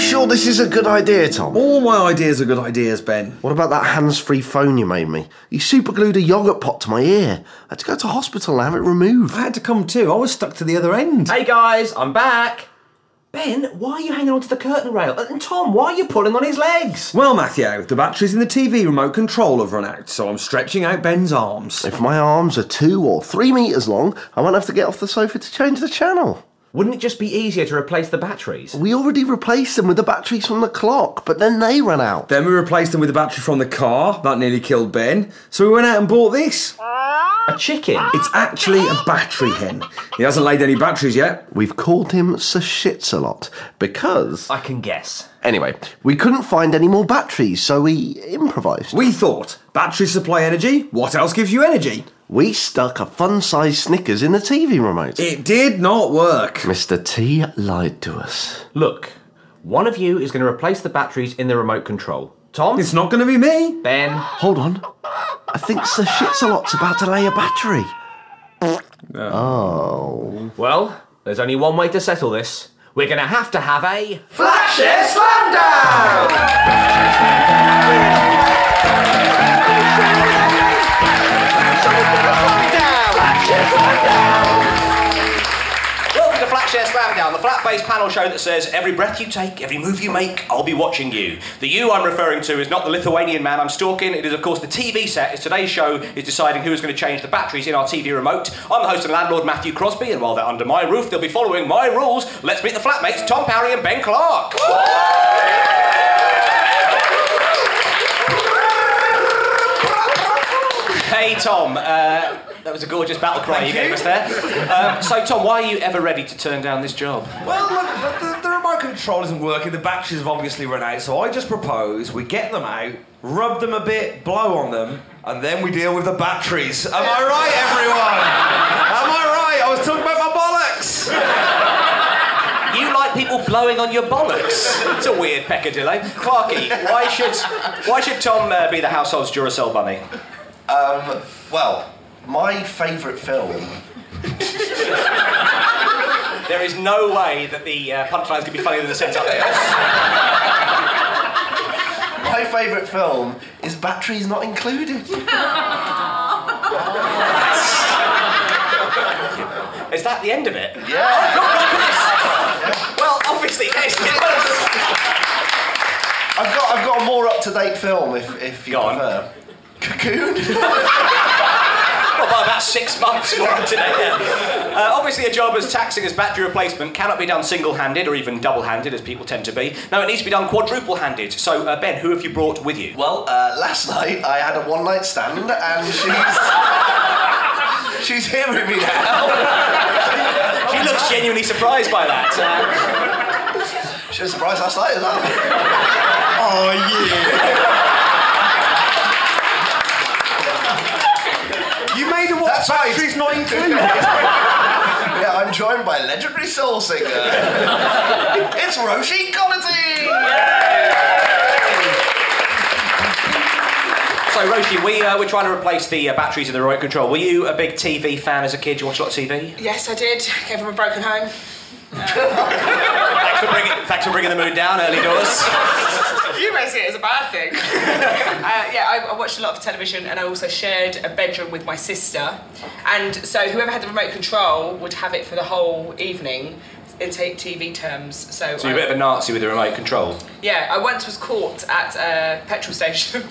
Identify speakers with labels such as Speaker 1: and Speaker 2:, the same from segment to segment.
Speaker 1: sure this is a good idea, Tom?
Speaker 2: All my ideas are good ideas, Ben.
Speaker 1: What about that hands-free phone you made me? You superglued a yoghurt pot to my ear. I had to go to hospital and have it removed.
Speaker 2: I had to come too. I was stuck to the other end.
Speaker 3: Hey guys, I'm back. Ben, why are you hanging onto the curtain rail? Uh, And Tom, why are you pulling on his legs?
Speaker 2: Well, Matthew, the batteries in the TV remote control have run out, so I'm stretching out Ben's arms.
Speaker 1: If my arms are two or three meters long, I won't have to get off the sofa to change the channel.
Speaker 3: Wouldn't it just be easier to replace the batteries?
Speaker 1: We already replaced them with the batteries from the clock, but then they ran out.
Speaker 2: Then we replaced them with the battery from the car. That nearly killed Ben. So we went out and bought this.
Speaker 3: A chicken?
Speaker 2: It's actually a battery hen. He hasn't laid any batteries yet.
Speaker 1: We've called him Sir Shits a lot because.
Speaker 3: I can guess.
Speaker 1: Anyway, we couldn't find any more batteries, so we improvised.
Speaker 2: We thought batteries supply energy. What else gives you energy?
Speaker 1: We stuck a fun sized Snickers in the TV remote.
Speaker 2: It did not work.
Speaker 1: Mr. T lied to us.
Speaker 3: Look, one of you is going to replace the batteries in the remote control. Tom?
Speaker 2: It's not going to be me.
Speaker 3: Ben?
Speaker 1: Hold on. I think Sir Shits a lot's about to lay a battery. Oh.
Speaker 3: Well, there's only one way to settle this. We're going to have to have a.
Speaker 4: Welcome to Flatshare Slamdown, the flat-based panel show that says every breath you take, every move you make, I'll be watching you. The you I'm referring to is not the Lithuanian man I'm stalking. It is, of course, the TV set. As today's show is deciding who is going to change the batteries in our TV remote. I'm the host and landlord Matthew Crosby, and while they're under my roof, they'll be following my rules. Let's meet the flatmates Tom Parry and Ben Clark. Hey Tom, uh, that was a gorgeous battle cry you, gave us there. Um, so Tom, why are you ever ready to turn down this job?
Speaker 5: Well, look, the, the, the remote control isn't working. The batteries have obviously run out, so I just propose we get them out, rub them a bit, blow on them, and then we deal with the batteries. Am I right, everyone? Am I right? I was talking about my bollocks.
Speaker 4: You like people blowing on your bollocks. It's a weird peccadillo. Clarky, why should why should Tom uh, be the household's Duracell bunny?
Speaker 1: Um, Well, my favourite film.
Speaker 4: There is no way that the uh, punchline's gonna be funnier than the setup.
Speaker 1: My favourite film is Batteries Not Included.
Speaker 4: Is that the end of it? Yeah. well, obviously, it's,
Speaker 1: I've got, I've got a more up to date film if, if you
Speaker 4: Go on.
Speaker 1: prefer. Cocoon?
Speaker 4: Well, by about six months more up to date. yeah. Uh, obviously, a job as taxing as battery replacement cannot be done single-handed or even double-handed, as people tend to be. No, it needs to be done quadruple-handed. So, uh, Ben, who have you brought with you?
Speaker 1: Well, uh, last night I had a one night stand and she's. she's hearing me now.
Speaker 4: She looks genuinely surprised by that. Uh,
Speaker 1: She was surprised last night as well. oh, yeah.
Speaker 5: You made a what?
Speaker 1: That's right.
Speaker 5: Batteries not included.
Speaker 1: Yeah, I'm joined by legendary soul singer. it's Roshi Connolly!
Speaker 4: so, Roshi, we uh, we're trying to replace the uh, batteries in the remote control. Were you a big TV fan as a kid? Did you watch a lot of TV?
Speaker 6: Yes, I did. Came from a broken home.
Speaker 4: thanks for bringing thanks for bringing the mood down early doors.
Speaker 6: You may see it as a bad thing. uh, yeah, I, I watched a lot of television and I also shared a bedroom with my sister. And so whoever had the remote control would have it for the whole evening in t- TV terms. So,
Speaker 4: So you're a bit of a Nazi with the remote control.
Speaker 6: yeah, I once was caught at a petrol station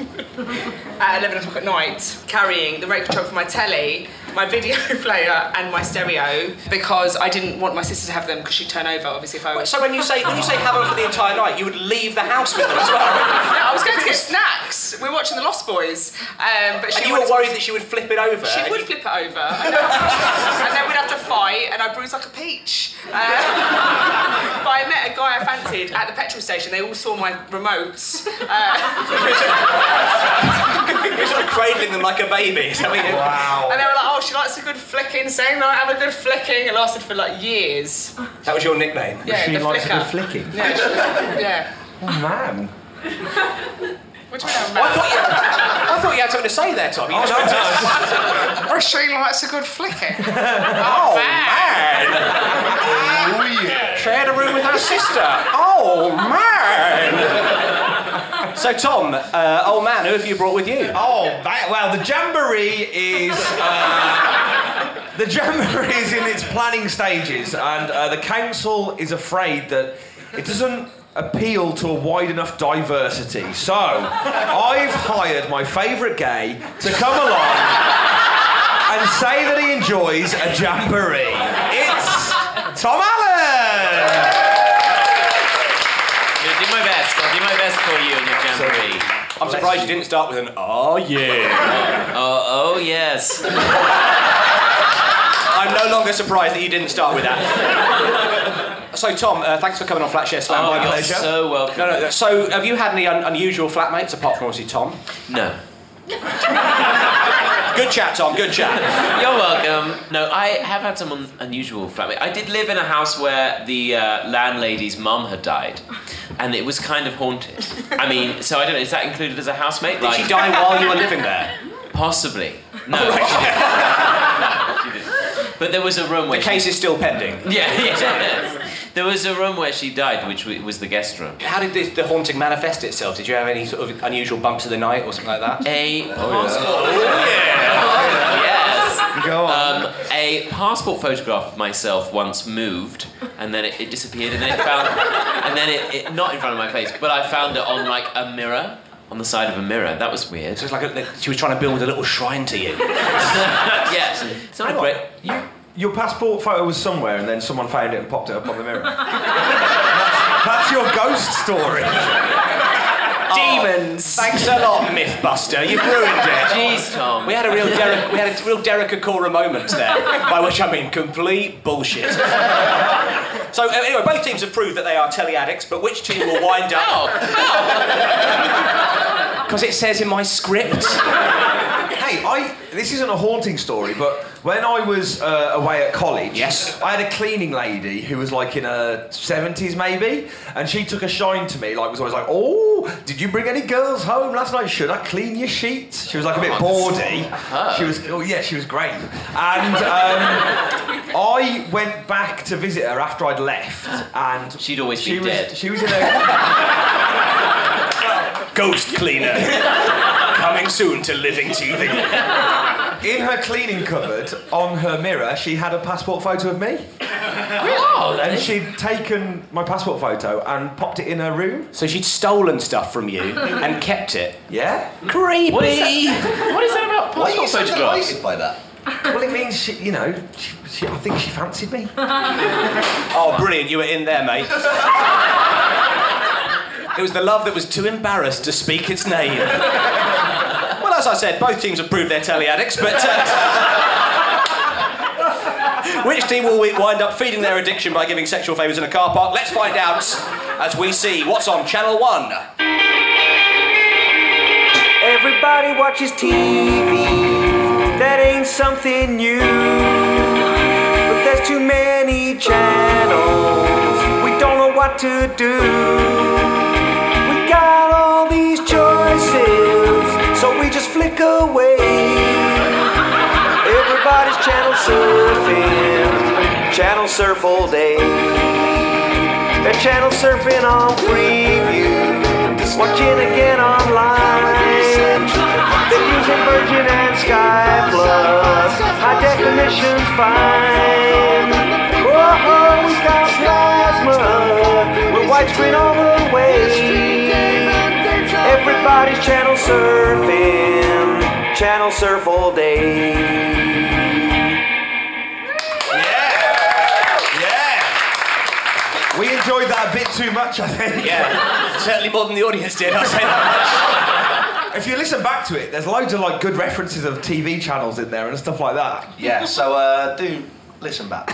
Speaker 6: at 11 o'clock at night carrying the remote control for my telly, my video player, and my stereo because I didn't want my sister to have them because she'd turn over, obviously, if I was.
Speaker 4: So when you say when you say have them for the entire night, you would leave the house with them as well.
Speaker 6: I was going to get snacks. We're watching The Lost Boys, um, but she
Speaker 4: And you
Speaker 6: wanted
Speaker 4: were
Speaker 6: to-
Speaker 4: worried that she would flip it over.
Speaker 6: She
Speaker 4: and
Speaker 6: would
Speaker 4: you-
Speaker 6: flip it over, I know. and then we'd have to fight, and I bruised like a peach. Um, but I met a guy I fancied at the petrol station. They all saw my remotes.
Speaker 4: You're sort of cradling them like a baby. Is that what you
Speaker 6: And they were like, oh, she likes a good flicking, saying that I have a good flicking. It lasted for like years.
Speaker 4: That was your nickname.
Speaker 6: Yeah,
Speaker 2: She
Speaker 6: the
Speaker 2: likes a
Speaker 6: flicker.
Speaker 2: good flicking.
Speaker 6: Yeah. she- yeah.
Speaker 5: Oh, man.
Speaker 6: What do you mean,
Speaker 4: I
Speaker 6: man?
Speaker 4: thought, you, I thought you had something to say there, Tom. You just went,
Speaker 6: Oh, she likes a good flicking.
Speaker 4: oh,
Speaker 6: man.
Speaker 4: man. Shared a room with her sister. Oh, man. So, Tom, uh, old man, who have you brought with you?
Speaker 2: Oh, that, wow. The Jamboree is. Uh, the Jamboree is in its planning stages, and uh, the council is afraid that it doesn't appeal to a wide enough diversity. So, I've hired my favourite gay to come along and say that he enjoys a Jamboree. It's Tom Allen!
Speaker 7: I did my best. I did my best for you in your jamboree.
Speaker 4: I'm surprised you didn't start with an oh yeah.
Speaker 7: Oh, oh yes.
Speaker 4: I'm no longer surprised that you didn't start with that. So, Tom, uh, thanks for coming on Flatshare Slam.
Speaker 7: Oh,
Speaker 4: My
Speaker 7: you're
Speaker 4: pleasure.
Speaker 7: so welcome.
Speaker 4: No, no. So, have you had any un- unusual flatmates apart from obviously Tom?
Speaker 7: No.
Speaker 4: Good chat, Tom. Good chat.
Speaker 7: You're welcome. No, I have had some un- unusual family. I did live in a house where the uh, landlady's mum had died, and it was kind of haunted. I mean, so I don't know. Is that included as a housemate?
Speaker 4: Did she die Oh, while you were living there?
Speaker 7: Possibly. No. she didn't. No, she didn't. But there was a room where
Speaker 4: The case is still pending.
Speaker 7: She, yeah, yeah. There was a room where she died, which w- was the guest room.
Speaker 4: How did this, the haunting manifest itself? Did you have any sort of unusual bumps of the night or something like that?
Speaker 7: A passport. yes.
Speaker 2: Go on.
Speaker 7: Um, a passport photograph of myself once moved, and then it, it disappeared, and then it found, and then it, it not in front of my face, but I found it on like a mirror, on the side of a mirror. That was weird.
Speaker 4: Just like a, she was trying to build a little shrine to you.
Speaker 7: yeah, it's not a great. You,
Speaker 2: Your passport photo was somewhere, and then someone found it and popped it up on the mirror. that's, that's your ghost story.
Speaker 8: Demons.
Speaker 4: Thanks a lot, Mythbuster. You've ruined it.
Speaker 7: jeez, Tom.
Speaker 4: We had a real Derek, we had a real Derek Acora moment there, by which I mean complete bullshit. So uh, anyway, both teams have proved that they are telly addicts, but which team will wind
Speaker 7: Oh,
Speaker 4: up? Because it says in my script.
Speaker 2: Hey, I. This isn't a haunting story, but when I was uh, away at college,
Speaker 4: Yes.
Speaker 2: I had a cleaning lady who was like in her seventies maybe, and she took a shine to me. Like was always like, "Oh, did you bring any girls home last night? Should I clean your sheets?" She was like a bit bawdy.
Speaker 7: Uh-huh.
Speaker 2: She was, oh yeah, she was great. And um, I went back to visit her after I'd left, and
Speaker 7: She'd always
Speaker 2: she
Speaker 7: be
Speaker 2: was,
Speaker 7: dead.
Speaker 2: She was in a.
Speaker 4: Ghost Cleaner. Coming soon to Living TV.
Speaker 2: In her cleaning cupboard, on her mirror, she had a passport photo of me.
Speaker 7: Oh,
Speaker 2: And she'd taken my passport photo and popped it in her room.
Speaker 4: So she'd stolen stuff from you and kept it.
Speaker 2: Yeah?
Speaker 4: Creepy.
Speaker 7: what is that? What is that about
Speaker 9: Why are
Speaker 7: passport
Speaker 9: you so
Speaker 7: photographs?
Speaker 9: delighted by that?
Speaker 2: Well, it means she, you know, she, she, I think she fancied me.
Speaker 4: Oh, brilliant. You were in there, mate. it was the love that was too embarrassed to speak its name. well, as I said, both teams have proved they're telly addicts, but. Uh, which team will we wind up feeding their addiction by giving sexual favours in a car park? Let's find out as we see what's on Channel 1.
Speaker 1: Everybody watches TV. That ain't something new. But there's too many channels. We don't know what to do. We got all these choices, so we just flick away. Everybody's channel surfing. Channel surf all day. They're channel surfing on preview. Watching again online. They're using Virgin and Sky Plus. High definition's fine. Oh, we got plasma. We're widescreen all the way. Everybody's channel surfing. Channel surf all day.
Speaker 2: Yeah! Yeah! We enjoyed that a bit too much, I think.
Speaker 4: Yeah, certainly more than the audience did, I'll say that much.
Speaker 2: If you listen back to it, there's loads of like good references of TV channels in there and stuff like that.
Speaker 9: Yeah, so uh, do listen back.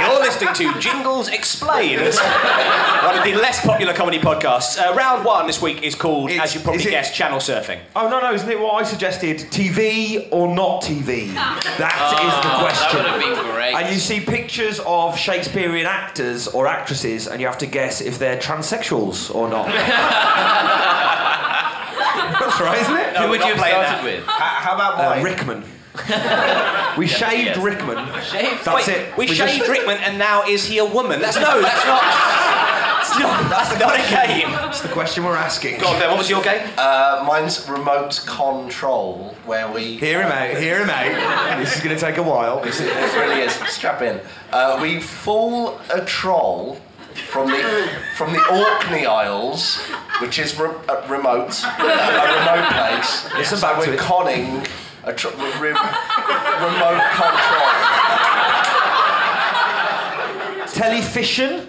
Speaker 4: You're listening to Jingles Explained, one of the less popular comedy podcasts. Uh, round one this week is called,
Speaker 2: It's-
Speaker 4: as you probably
Speaker 2: is it-
Speaker 4: guessed, Channel Surfing.
Speaker 2: Oh no, no, isn't it what I suggested? TV or not TV? That is the
Speaker 7: That
Speaker 2: question.
Speaker 7: would have been great.
Speaker 2: And you see pictures of Shakespearean actors or actresses, and you have to guess if they're transsexuals or not. That's right, isn't it?
Speaker 7: Who would
Speaker 4: not
Speaker 7: you have
Speaker 4: playing that.
Speaker 7: started with?
Speaker 9: How about
Speaker 2: Uh,
Speaker 9: mine?
Speaker 2: Rickman. we shaved
Speaker 7: yes.
Speaker 2: Rickman.
Speaker 7: Shaved.
Speaker 2: That's
Speaker 4: Wait,
Speaker 2: it.
Speaker 4: We,
Speaker 2: We
Speaker 4: shaved
Speaker 2: just-
Speaker 4: Rickman, and now is he a woman? That's no, that's not. It's It's not, that's not a game.
Speaker 2: That's the question we're asking.
Speaker 4: Go on, Ben, what was your game?
Speaker 9: Uh, mine's remote control, where we.
Speaker 2: Hear him out, hear him out. This is going to take a while.
Speaker 9: This is- this really is. Strap in. Uh, we fool a troll from the from the Orkney Isles, which is re- a remote, a remote place.
Speaker 2: Listen
Speaker 9: so
Speaker 2: back to
Speaker 9: we're
Speaker 2: it.
Speaker 9: conning a tr- re- re- remote control.
Speaker 2: Television,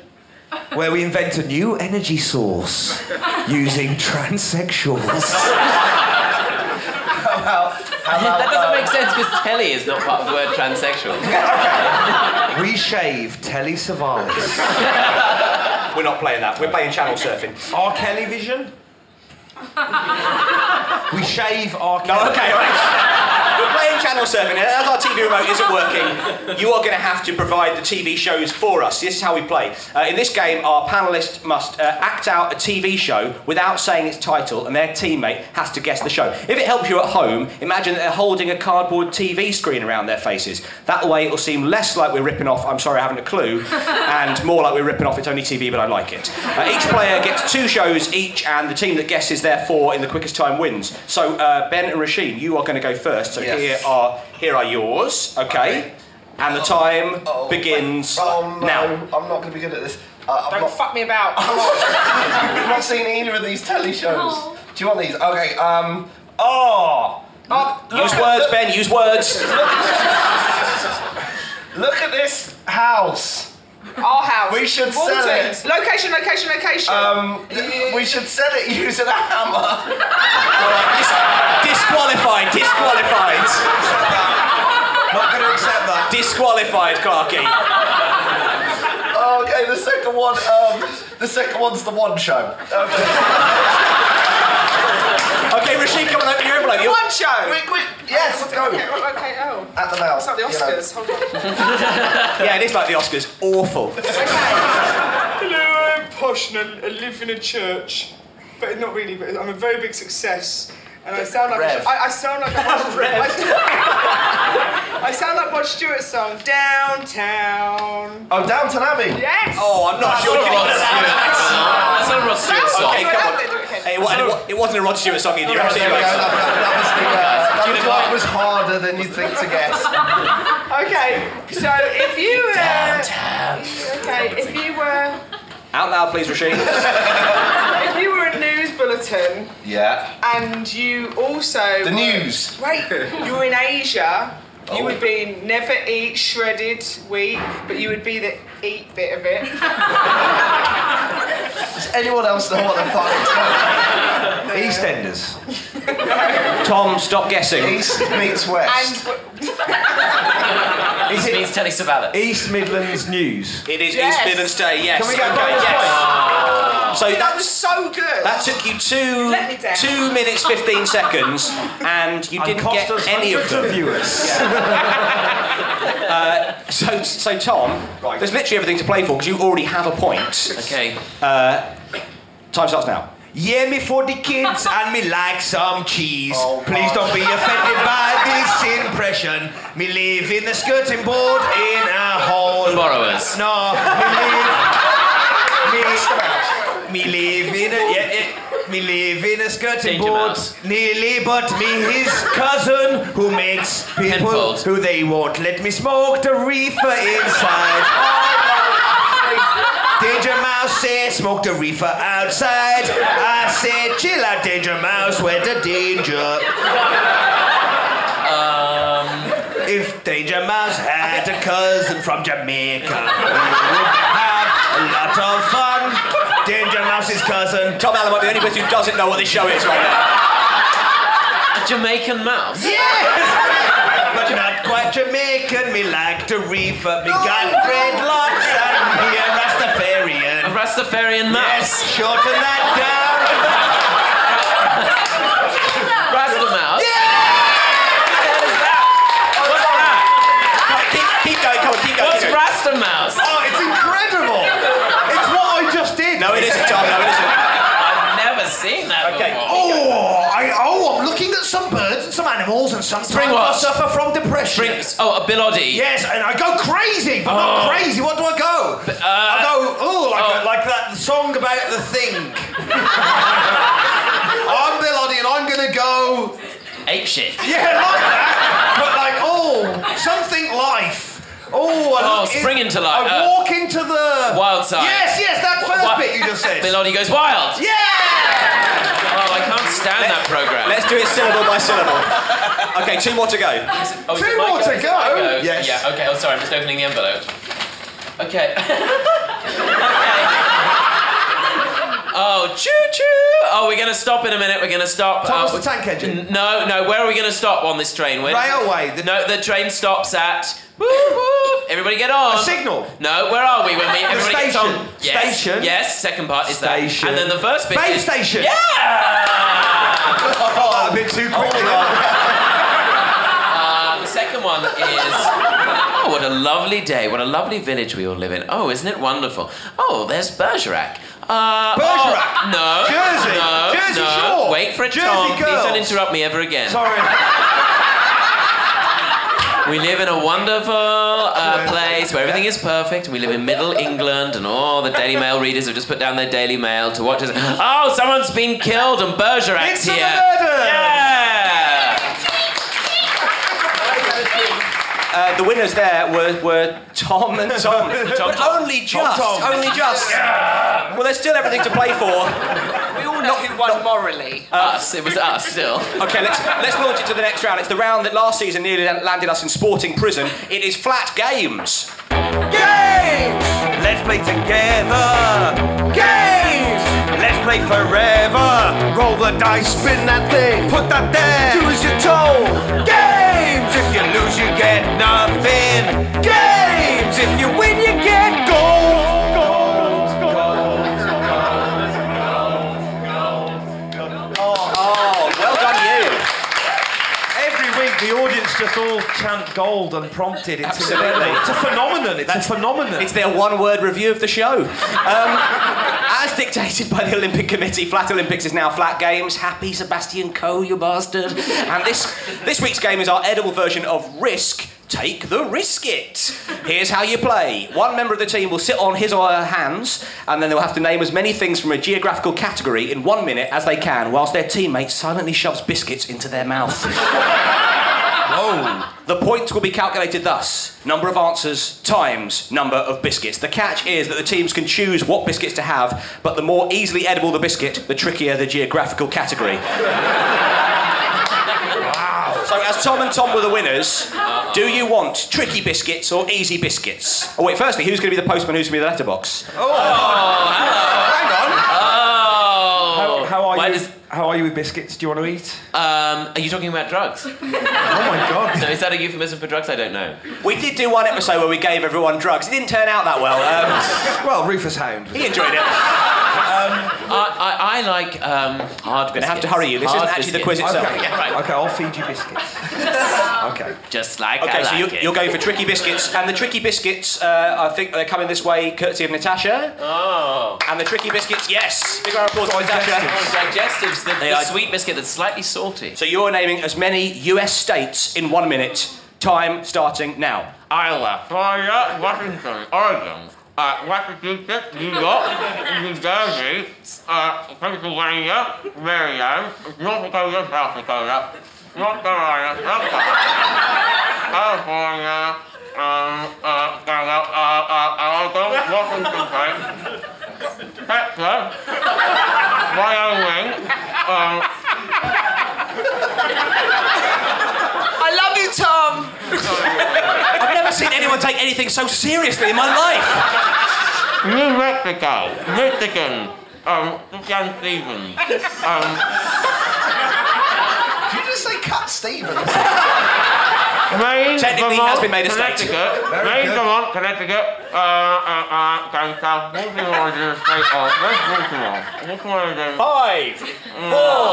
Speaker 2: where we invent a new energy source using transsexuals.
Speaker 9: How about, how about,
Speaker 7: That doesn't
Speaker 9: uh,
Speaker 7: make sense because telly is not part of the word transsexual.
Speaker 2: we shave telly savants.
Speaker 4: We're not playing that. We're playing channel surfing.
Speaker 2: R. Kelly vision. we shave R. Kelly.
Speaker 4: No, okay, all right. We're playing channel surfing, and as our TV remote isn't working, you are going to have to provide the TV shows for us. This is how we play. Uh, in this game, our panelists must uh, act out a TV show without saying its title, and their teammate has to guess the show. If it helps you at home, imagine that they're holding a cardboard TV screen around their faces. That way, it'll seem less like we're ripping off "I'm sorry, I haven't a clue," and more like we're ripping off "It's only TV, but I like it." Uh, each player gets two shows each, and the team that guesses their four in the quickest time wins. So uh, Ben and Rasheen, you are going to go first. So
Speaker 9: Yes.
Speaker 4: here are here are yours. Okay.
Speaker 9: Okay.
Speaker 4: And the time
Speaker 9: oh,
Speaker 4: begins
Speaker 9: Oh no!
Speaker 4: now.
Speaker 9: I'm not going to be good at this. Uh, I'm
Speaker 8: Don't
Speaker 9: not,
Speaker 8: fuck me about. Come on.
Speaker 9: I've not seen either of these telly shows.
Speaker 10: No.
Speaker 9: Do you want these? Okay. Um. Oh.
Speaker 8: Oh,
Speaker 4: Use words, Ben. Use words.
Speaker 9: Look at this house.
Speaker 8: Our house.
Speaker 9: We should sell
Speaker 8: Walton's. Location, location, location.
Speaker 9: Um, we should sell it using a hammer.
Speaker 4: All right, dis- disqualified. Disqualified.
Speaker 2: Not going to accept that.
Speaker 4: Disqualified, Clarky.
Speaker 9: Oh, Okay, the second one. Um, the second one's the one show.
Speaker 4: Okay, Rasheen, come on, open your envelope. You're-
Speaker 8: one show.
Speaker 9: Quick, quick. Yes, go
Speaker 8: Yeah, well, okay, oh.
Speaker 9: at the mouth.
Speaker 8: It's not the
Speaker 9: you know.
Speaker 8: Oscars. Hold on.
Speaker 4: Yeah, it is like the Oscars. Awful.
Speaker 6: Hello, I'm posh and I, I live in a church, but not really. But I'm a very big success, and I sound like
Speaker 9: Rev.
Speaker 6: I, I sound like a I sound like Rod Stewart's song "Downtown."
Speaker 9: Oh, Downton Abbey.
Speaker 6: Yes.
Speaker 4: Oh, I'm not sure.
Speaker 7: That's not a Ross Stewart
Speaker 4: Okay,
Speaker 7: song.
Speaker 4: come on.
Speaker 8: Okay.
Speaker 4: It, wa- it wasn't a Rod Stewart song either. You're
Speaker 9: There we go,
Speaker 4: absolutely
Speaker 9: That,
Speaker 4: right.
Speaker 9: that- that was
Speaker 7: Judy
Speaker 9: the, uh, that was,
Speaker 7: Blunt.
Speaker 9: one was harder than you think to guess.
Speaker 6: Okay. So if you were okay, if you were
Speaker 4: Out loud, please, Rasheen.
Speaker 6: if you were a news bulletin
Speaker 9: Yeah.
Speaker 6: and you also
Speaker 9: The news. Oh.
Speaker 6: Wait, you were in Asia. You would be never eat shredded wheat, but you would be the eat bit of it.
Speaker 9: Does anyone else know what the fuck it's called?
Speaker 2: EastEnders.
Speaker 4: Tom, stop guessing.
Speaker 9: East meets West.
Speaker 6: And w-
Speaker 7: This means telly Savalas.
Speaker 2: East Midlands News.
Speaker 4: It is
Speaker 6: Yes.
Speaker 4: East Midlands Day, yes.
Speaker 2: Can we get
Speaker 4: okay,
Speaker 2: bonus
Speaker 4: yes. So that
Speaker 6: that
Speaker 4: was
Speaker 6: was so good.
Speaker 4: that took you two
Speaker 6: Let me down.
Speaker 4: two minutes fifteen seconds, and you
Speaker 2: And
Speaker 4: didn't
Speaker 2: cost
Speaker 4: get
Speaker 2: us
Speaker 4: any of
Speaker 2: hundreds of
Speaker 4: them.
Speaker 2: viewers.
Speaker 4: So, so Tom, there's literally everything to play for because you already have a point.
Speaker 7: Okay.
Speaker 4: Time starts now.
Speaker 2: Yeah, me for the kids and me like some cheese.
Speaker 9: Oh,
Speaker 2: Please
Speaker 9: God.
Speaker 2: don't be offended by this impression. Me live in the skirting board in a hole.
Speaker 7: Borrowers.
Speaker 2: No, me live. Me, me live in a yeah, yeah, me live in a skirting
Speaker 7: Danger
Speaker 2: board.
Speaker 7: Mouse.
Speaker 2: Nearly, but me his cousin who makes people
Speaker 7: Penfold.
Speaker 2: who they won't let me smoke the reefer inside. Danger Mouse said, smoke the reefer outside. I said, chill out, Danger Mouse, where the danger. Um. If Danger Mouse had a cousin from Jamaica, we would have a lot of fun. Danger Mouse's cousin.
Speaker 4: Tom Allen might be the only person who doesn't know what this show is right now.
Speaker 7: A Jamaican mouse.
Speaker 2: Yes! but not quite Jamaican, me like the reefer. Me got dreadlocks and me a Rastafarian.
Speaker 7: A Rastafarian mouse.
Speaker 2: Yes, shorten that down.
Speaker 7: Rasta mouse.
Speaker 4: Keep, keep going, come on, keep going.
Speaker 7: What's
Speaker 4: keep going.
Speaker 7: Rasta mouse?
Speaker 2: Oh, it's incredible. It's what I just did.
Speaker 4: No, it isn't, Tom. No, it isn't.
Speaker 7: I've never seen that
Speaker 4: Okay.
Speaker 7: before.
Speaker 2: Oh, I, oh, I'm looking at some birds and some animals, and sometimes I
Speaker 7: Springwatch.
Speaker 2: suffer from depression.
Speaker 7: Oh, a Bilotti.
Speaker 4: uh,
Speaker 2: Yes, and I go crazy, but not crazy. What do I go? I go, oh, like,
Speaker 7: oh.
Speaker 2: like that song about the thing. I'm Bill Oddie and I'm gonna go.
Speaker 7: Ape shit.
Speaker 2: Yeah, like that. But like, oh, something life. Oh, I
Speaker 7: Oh,
Speaker 2: look in-
Speaker 7: spring into life.
Speaker 2: I
Speaker 7: Uh,
Speaker 2: walk into the
Speaker 7: Wild side.
Speaker 2: Yes, yes, that
Speaker 7: Wh-
Speaker 2: first
Speaker 7: wh-
Speaker 2: bit you just said.
Speaker 7: Melody goes wild.
Speaker 2: yeah.
Speaker 7: Oh, I can't stand that program.
Speaker 4: Let's do it syllable by syllable. Okay, two more to go.
Speaker 7: Oh, is
Speaker 2: Two
Speaker 7: it my
Speaker 2: more to
Speaker 7: Is it my
Speaker 2: go. Yes.
Speaker 7: Yeah. Okay. Oh, sorry. I'm just opening the envelope. Okay. okay. Oh, choo choo! Oh, we're gonna stop in a minute. We're gonna stop.
Speaker 2: Thomas
Speaker 7: uh,
Speaker 2: the Tank Engine.
Speaker 7: N- No, no. Where are we gonna stop on this train? Where
Speaker 2: Railway. The-
Speaker 7: No, the train stops at. Woo, woo. Everybody get on.
Speaker 2: A signal.
Speaker 7: No, where are we when we? Everybody gets
Speaker 2: station.
Speaker 7: on. Yes.
Speaker 2: Station.
Speaker 7: Yes. Second part is
Speaker 2: Station.
Speaker 7: that. And then the first bit.
Speaker 2: Base
Speaker 7: is-
Speaker 2: station.
Speaker 7: Yeah.
Speaker 2: Oh, that a bit too quick.
Speaker 7: Um, The second one is Oh, what a lovely day. What a lovely village we all live in. Oh, isn't it wonderful? Oh, there's Bergerac. Uh,
Speaker 2: Bergerac?
Speaker 7: oh, no.
Speaker 2: Jersey?
Speaker 7: No.
Speaker 2: Jersey
Speaker 7: no.
Speaker 2: Shore?
Speaker 7: Wait for it,
Speaker 2: Jersey
Speaker 7: Tom. Please don't
Speaker 2: Girls?
Speaker 7: interrupt me ever again.
Speaker 2: Sorry.
Speaker 7: We live in a wonderful uh, place where everything is perfect. We live in Middle England, and all the Daily Mail readers have just put down their Daily Mail to watch us. Oh, someone's been killed, and Bergerac's
Speaker 2: It's a
Speaker 7: here.
Speaker 2: murder!
Speaker 7: Yeah.
Speaker 4: Uh, the winners there were, were Tom and Tom. Tom but only just.
Speaker 2: Tom, Tom.
Speaker 4: Only just. Well, there's still everything to play for.
Speaker 8: We all know who won morally.
Speaker 7: Us. It was us still.
Speaker 4: Okay, let's let's launch it to the next round. It's the round that last season nearly landed us in sporting prison. It is flat games.
Speaker 2: Games! Let's play together! Games! Let's play forever! Roll the dice, spin that thing, put that there, do as you're told! Games! If you lose, you get nothing! Games! If you win, you get gold! Gold! Gold!
Speaker 4: Oh, well done you.
Speaker 2: Every week, the audience just all chant gold unprompted. It's
Speaker 4: Absolutely.
Speaker 2: incredible. It's a phenomenon. It's a phenomenon.
Speaker 4: It's their one-word review of the show. Um, as dictated by the Olympic Committee, Flat Olympics is now Flat Games. Happy Sebastian Coe, you bastard. And this, this week's game is our edible version of Risk. Take the risk it. Here's how you play. One member of the team will sit on his or her hands, and then they'll have to name as many things from a geographical category in one minute as they can, whilst their teammate silently shoves biscuits into their mouth. The points will be calculated thus number of answers times number of biscuits. The catch is that the teams can choose what biscuits to have, but the more easily edible the biscuit, the trickier the geographical category. wow. So, as Tom and Tom were the winners, do you want tricky biscuits or easy biscuits? Oh, wait, firstly, who's going to be the postman? Who's going to be the letterbox?
Speaker 7: Oh.
Speaker 2: How, how are
Speaker 7: Why
Speaker 2: you?
Speaker 7: does-
Speaker 2: How are you with biscuits? Do you want to eat?
Speaker 7: Um, are you talking about drugs?
Speaker 2: Oh my god!
Speaker 7: No, is that a euphemism for drugs? I don't know.
Speaker 4: We did do one episode where we gave everyone drugs. It didn't turn out that well. Um,
Speaker 2: well, Rufus Hound.
Speaker 4: he enjoyed it.
Speaker 7: I, I, I like um, hard
Speaker 4: Gonna
Speaker 7: biscuits.
Speaker 4: have to hurry you. This
Speaker 7: Hard
Speaker 4: isn't actually the quiz
Speaker 7: biscuits.
Speaker 4: itself.
Speaker 2: Okay,
Speaker 7: Yeah, right.
Speaker 2: okay, I'll feed you biscuits. okay.
Speaker 7: Just like I
Speaker 4: Okay, so
Speaker 7: like
Speaker 4: you,
Speaker 7: it.
Speaker 4: you're going for tricky biscuits, and the tricky biscuits, uh, I think they're coming this way, courtesy of Natasha.
Speaker 7: Oh.
Speaker 4: And the tricky biscuits, yes. Big round of applause for
Speaker 7: Oh,
Speaker 4: Natasha.
Speaker 7: digestives, the,
Speaker 4: They
Speaker 7: the
Speaker 4: are-
Speaker 7: sweet biscuit that's slightly salty.
Speaker 4: So you're naming as many U.S. states in one minute. Time starting now.
Speaker 7: Iowa, Florida, Oh, Washington, Oregon, uh, Massachusetts, New York, New Jersey, uh, Pennsylvania, Maryland, North Dakota, South Dakota, North Carolina, South Carolina, California, um, uh, uh, uh, uh, Oregon, Washington State, Texas, Wyoming,
Speaker 8: I love you, Tom.
Speaker 4: I've never seen anyone take anything so seriously in my life.
Speaker 7: New Mexico, Michigan, um, St. Stevens,
Speaker 9: Did you just say Cat Stevens?
Speaker 7: Maine,
Speaker 4: Technically,
Speaker 7: Vermont,
Speaker 4: has been made a state.
Speaker 7: Connecticut, Maine, Vermont, Connecticut, uh, uh, uh, down south, Baltimore, the state of West Baltimore. Which one is it?
Speaker 4: Five, four,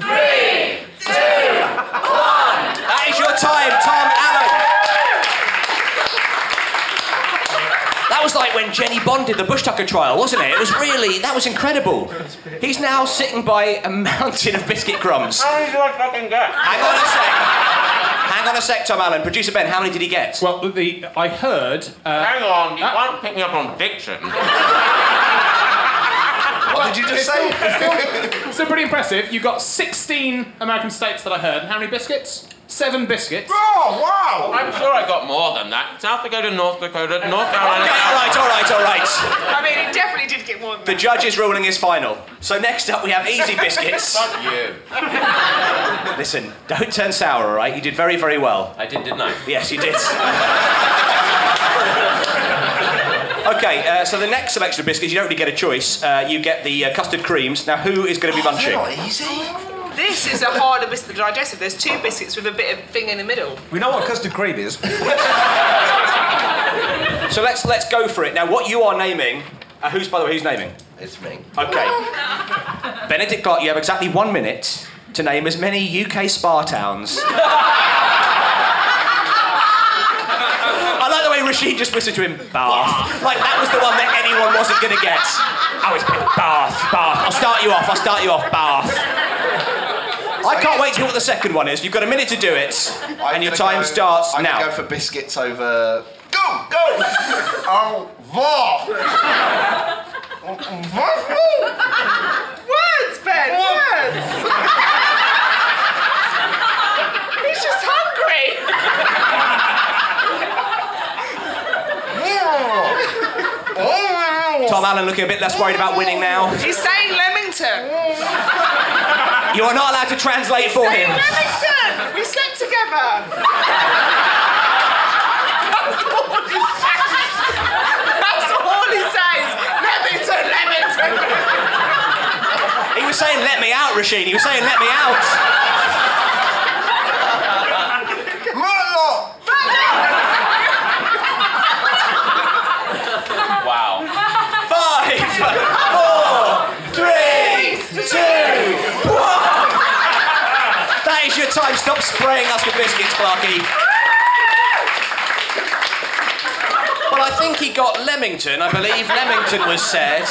Speaker 4: three, two, one. That is your time, Tom Allen. That was like when Jenny Bond did the Bush Tucker trial, wasn't it? It was really, that was incredible. He's now sitting by a mountain of biscuit crumbs.
Speaker 7: How many do I fucking get?
Speaker 4: Hang on a sec. Hang on a sec, Tom Allen. Producer Ben, how many did he get?
Speaker 10: Well, the I heard. Uh,
Speaker 7: Hang on, you can't pick me up on diction.
Speaker 9: What did you just say?
Speaker 10: Still, still pretty impressive. You got 16 American states that I heard. And how many biscuits? Seven biscuits.
Speaker 9: Oh, wow!
Speaker 7: I'm sure I got more than that. South Dakota, North Dakota, North
Speaker 2: Okay, all
Speaker 7: Carolina.
Speaker 2: right, all right, all right.
Speaker 6: I mean, he definitely did get more than
Speaker 2: The
Speaker 6: that.
Speaker 2: judge's ruling is final. So next up, we have Easy Biscuits.
Speaker 7: Fuck you.
Speaker 2: Listen, don't turn sour, all right? You did very, very well.
Speaker 7: I did, didn't I?
Speaker 2: Yes, you did. okay, uh, so the next selection of biscuits, you don't really get a choice. Uh, you get the uh, custard creams. Now, who is going to be
Speaker 9: They're
Speaker 2: munching?
Speaker 9: not easy.
Speaker 6: This is a harder biscuit to digest. If There's two biscuits with a bit of thing in the middle.
Speaker 4: We know what custard cream is.
Speaker 2: So let's let's go for it. Now, what you are naming? Uh, who's by the way? Who's naming?
Speaker 9: It's me.
Speaker 2: Okay. Benedict Clark, you have exactly one minute to name as many UK spa towns. I like the way Rashid just whispered to him, Bath. Like that was the one that anyone wasn't gonna get. I was Bath, Bath. I'll start you off, I'll start you off, Bath. I can't wait to hear what the second one is. You've got a minute to do it,
Speaker 9: I'm
Speaker 2: and your
Speaker 9: gonna
Speaker 2: time
Speaker 9: go-
Speaker 2: starts
Speaker 9: I'm
Speaker 2: now.
Speaker 9: gonna go for biscuits over. Go, go! oh, va! Waffle!
Speaker 6: Words, Ben! Words! He's just hungry!
Speaker 2: Tom Allen looking a bit less worried about winning now.
Speaker 6: He's saying Leamington!
Speaker 2: You are not allowed to translate for
Speaker 6: Saying
Speaker 2: him.
Speaker 6: Leamington! We slept together! That's all he says! That's all he says! Leamington, Leamington!
Speaker 2: He was saying, let me out, Rashid. He was saying, let me out.
Speaker 9: Matlock!
Speaker 7: Wow.
Speaker 2: Five, four, three, two, one. That is your time. Stop spraying us with biscuits, Clarky. Well, I think he got Leamington. I believe Leamington was said.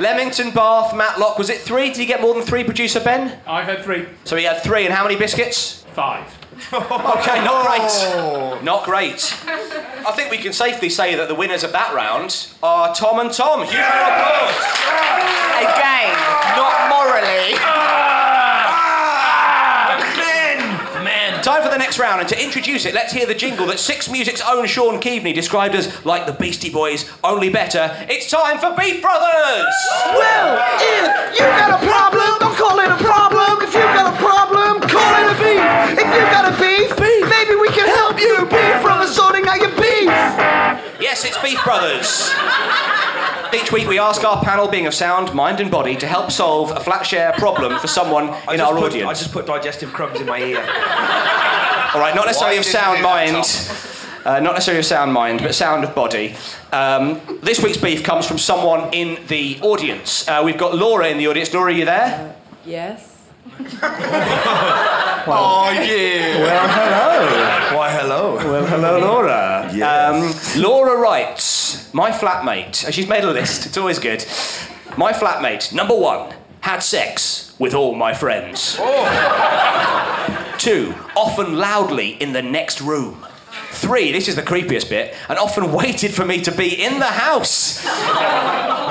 Speaker 2: Leamington, Bath, Matlock. Was it three? Did he get more than three, producer Ben?
Speaker 10: I heard three.
Speaker 2: So he had three, and how many biscuits?
Speaker 10: Five.
Speaker 2: Okay,
Speaker 6: Oh.
Speaker 2: not great. Not great. I think we can safely say that the winners of that round are Tom and Tom. Huge round of applause.
Speaker 6: Again, not morally.
Speaker 2: Ah. Time for the next round, and to introduce it, let's hear the jingle that Six Music's own Sean Keaveney described as like the Beastie Boys, only better. It's time for Beef Brothers!
Speaker 1: Well, if you got a problem, don't call it a problem. If you got a problem, call it a beef. If you got a beef, maybe we can help you. Beef from the sorting out your beef.
Speaker 2: Yes, it's Beef Brothers. Each week, we ask our panel, being of sound, mind, and body, to help solve a flat share problem for someone
Speaker 4: I
Speaker 2: in
Speaker 4: just
Speaker 2: our
Speaker 4: put,
Speaker 2: audience.
Speaker 4: I just put digestive crumbs in my ear.
Speaker 2: All right, not necessarily
Speaker 9: Why
Speaker 2: of
Speaker 9: did you
Speaker 2: sound
Speaker 9: do that,
Speaker 2: mind. Uh, not necessarily of sound mind, but sound of body. Um, this week's beef comes from someone in the audience. Uh, we've got Laura in the audience. Laura, are you there?
Speaker 11: Yes.
Speaker 9: Oh, yeah!
Speaker 4: Why, hello.
Speaker 2: Well, hello, Laura. Um, Laura writes, My flatmate, and she's made a list, it's always good. My flatmate, number one, had sex with all my friends. Two, often loudly in the next room. Three, this is the creepiest bit, and often waited for me to be in the house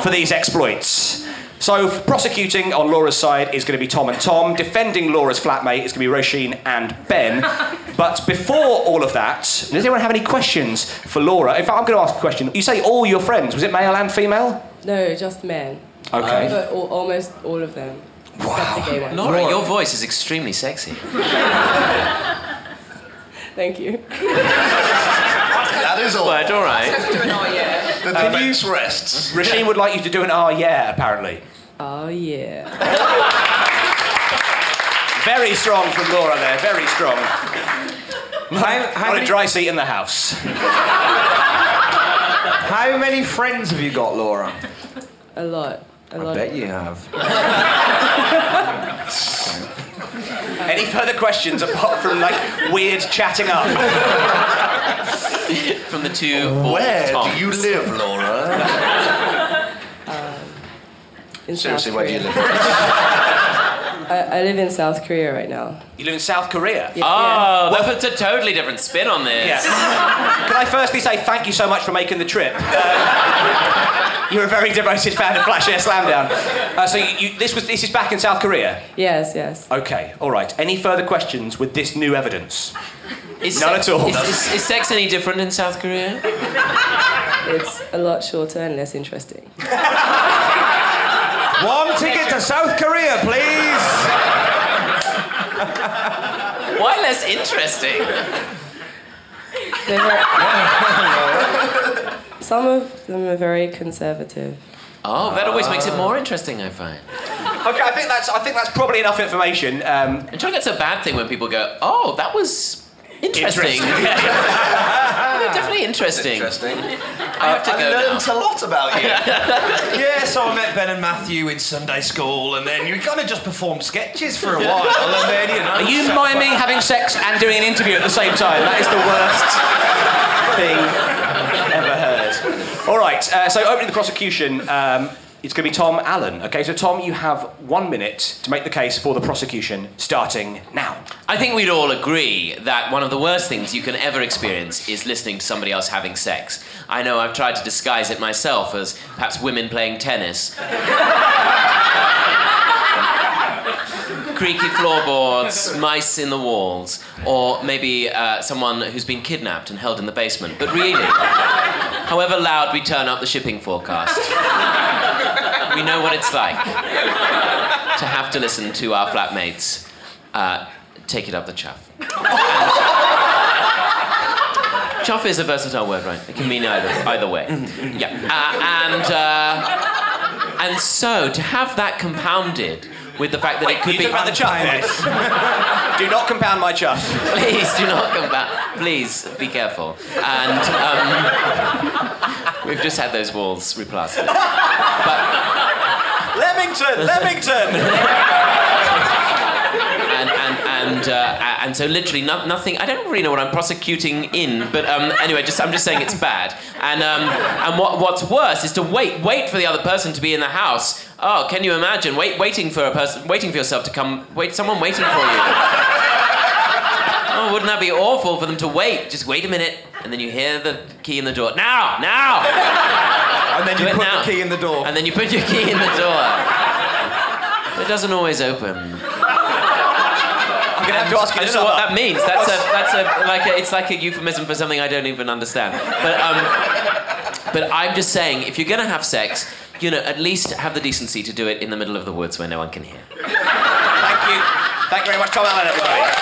Speaker 2: for these exploits. So, prosecuting on Laura's side is going to be Tom and Tom. Defending Laura's flatmate is going to be Roisin and Ben. But before all of that, does anyone have any questions for Laura? In fact, I'm going to ask a question. You say all your friends. Was it male and female?
Speaker 11: No, just men.
Speaker 2: Okay.
Speaker 11: But all, almost all of them. Except the gay ones.
Speaker 7: Laura, your voice is extremely sexy.
Speaker 11: Thank you.
Speaker 9: That is all.
Speaker 7: But all right.
Speaker 9: The abuse rests.
Speaker 2: Roisin would like you to do an ah yeah, apparently.
Speaker 11: Oh yeah.
Speaker 2: Very strong from Laura there, very strong.
Speaker 4: How, how,
Speaker 2: On a
Speaker 4: many,
Speaker 2: dry seat in the house.
Speaker 4: how many friends have you got, Laura?
Speaker 11: A lot. A lot.
Speaker 4: Bet you have.
Speaker 2: Any further questions apart from like weird chatting up?
Speaker 7: From the two
Speaker 9: Where
Speaker 7: Tom.
Speaker 9: do you live, Laura?
Speaker 11: in South
Speaker 9: Seriously, where do you
Speaker 11: Korea.
Speaker 9: live?
Speaker 12: I, I live in South Korea right now.
Speaker 4: You live in South Korea.
Speaker 12: Yeah,
Speaker 7: Oh, that puts a totally different spin on this.
Speaker 4: Yes. Can I firstly say thank you so much for making the trip? Um, you're a very devoted fan of Flash Air Slamdown. Uh, so you, you, this was this is back in South Korea.
Speaker 12: yeah. Yes, yes.
Speaker 4: Okay, all right. Any further questions with this new evidence?
Speaker 7: Is
Speaker 4: None
Speaker 7: sex-
Speaker 4: at all.
Speaker 7: Is, is- is sex any different in South Korea?
Speaker 12: It's a lot shorter and less interesting.
Speaker 2: One ticket to South Korea, please.
Speaker 7: Why less interesting?
Speaker 12: They're very- Some of them are very conservative.
Speaker 7: Oh, that always makes it more interesting, I find.
Speaker 4: Okay, I think that's I think that's probably enough information. Um,
Speaker 7: I'm sure that's a bad thing when people go, oh, that was
Speaker 4: Interesting.
Speaker 7: interesting. They're definitely interesting. I
Speaker 9: Interesting.
Speaker 7: have to
Speaker 2: Uh,
Speaker 9: I
Speaker 7: go now.
Speaker 9: learned a lot about you.
Speaker 2: Yeah, so I met Ben and Matthew in Sunday school, and then you kind of just performed sketches for a while, and then you know.
Speaker 4: are you
Speaker 2: so-
Speaker 4: miming having sex and doing an interview at the same time? That is the worst thing ever heard. All right. Uh, so opening the prosecution. Um, it's going to be Tom Allen. Okay, so Tom, you have one minute to make the case for the prosecution, starting now.
Speaker 7: I think we'd all agree that one of the worst things you can ever experience is listening to somebody else having sex. I know I've tried to disguise it myself as perhaps women playing tennis, creaky floorboards, mice in the walls, or maybe uh, someone who's been kidnapped and held in the basement. But really, however loud we turn up the shipping forecast, we know what it's like to have to listen to our flatmates uh, take it up the chuff. chuff is a versatile word, right? It can mean either, either way. Yeah. Uh, and. Uh, and so to have that compounded with the fact that it could
Speaker 4: you
Speaker 7: be
Speaker 4: talk about the chuff. Do not compound my chuff.
Speaker 7: please do not come back. Please be careful. And um, we've just had those walls replastered.
Speaker 4: Leamington, Leamington.
Speaker 7: and and and, uh, a- and so literally no, nothing. I don't really know what I'm prosecuting in, but um, anyway, just I'm just saying it's bad. And um, and what what's worse is to wait wait for the other person to be in the house. Oh, can you imagine? Wait waiting for a person waiting for yourself to come. Wait, someone waiting for you. oh, wouldn't that be awful for them to wait? Just wait a minute, and then you hear the key in the door. Now, now.
Speaker 2: And then
Speaker 7: Do
Speaker 2: you
Speaker 7: it
Speaker 2: put
Speaker 7: now.
Speaker 2: the key in the door.
Speaker 7: And then you put your key in the door. It doesn't always open. I'm
Speaker 4: I'm gonna have to ask you
Speaker 7: I
Speaker 4: to sum
Speaker 7: don't know what
Speaker 4: up.
Speaker 7: that means. That's a that's a like a, it's like a euphemism for something I don't even understand. But um, but I'm just saying, if you're gonna have sex, you know, at least have the decency to do it in the middle of the woods where no one can hear.
Speaker 4: Thank you. Thank you very much, Tom Allen, everybody.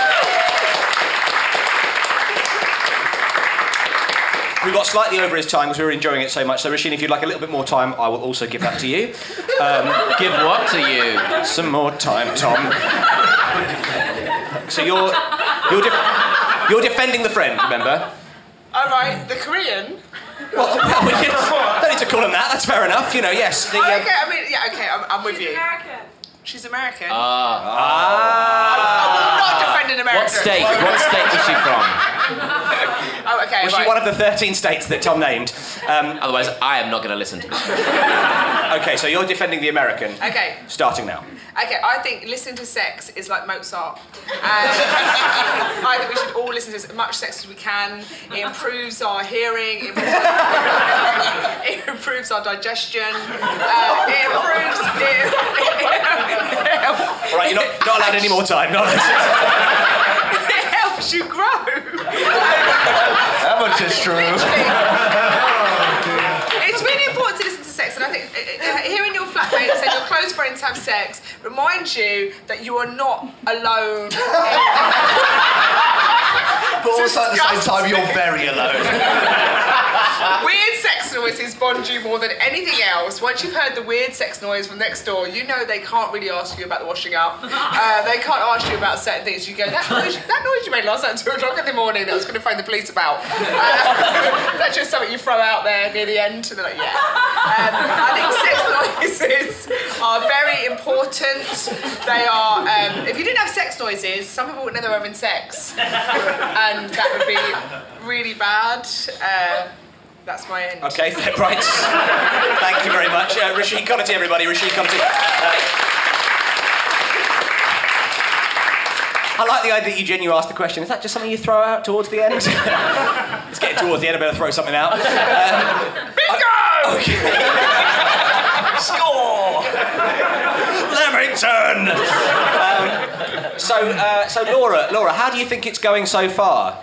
Speaker 4: We got slightly over his time because we were enjoying it so much. So, Rasheen, if you'd like a little bit more time, I will also give that to you.
Speaker 7: Give what to you?
Speaker 4: Some more time, Tom. so you're you're def- you're defending the friend, remember?
Speaker 6: All right, the Korean.
Speaker 4: Well, well, we don't need to call him that. That's fair enough. You know, yes. The,
Speaker 6: Oh,
Speaker 4: um,
Speaker 6: okay, I mean, yeah, okay, I'm, I'm with you. She's American. I'm not defending America.
Speaker 7: Ah. What state? What state was she from?
Speaker 6: Oh, okay.
Speaker 4: Was
Speaker 6: right.
Speaker 4: she one of the 13 states that Tom named? Um,
Speaker 7: Otherwise, I am not going to listen to this.
Speaker 4: okay, so you're defending the American.
Speaker 6: Okay,
Speaker 4: Starting now.
Speaker 6: okay. I think listening to sex is like Mozart. And I think we should all listen to as much sex as we can. It improves our hearing. It improves our, it improves our digestion. Uh, it improves. It,
Speaker 4: All right, you're not, not allowed any more time. Not allowed.
Speaker 6: it helps you grow.
Speaker 9: That much is true.
Speaker 6: It's really important to listen to sex, and I think uh, uh, hearing your flatmates and your close friends have sex reminds you that you are not alone.
Speaker 9: But also at the same time, you're very alone.
Speaker 6: weird sex noises bond you more than anything else. Once you've heard the weird sex noise from next door, you know they can't really ask you about the washing up. Uh, they can't ask you about certain things. You go, that noise, that noise you made last night at two o'clock in the morning, I was going to phone the police about. Uh, that's just something you throw out there near the end, and they're like, yeah. Um, I think sex noises are very important. They are. Um, if you didn't have sex noises, some people would never have having sex, and that would be really bad. Uh, that's my end.
Speaker 4: Okay, fair right. Thank you very much. Uh, Rashid Connerty, everybody. Rashid Connerty. Uh, I like the idea that you genuinely asked the question. Is that just something you throw out towards the end? It's getting towards the end. I better throw something out. Um, Bingo! Score! Leamington! Um, so, uh, so Laura, Laura, how do you think it's going so far?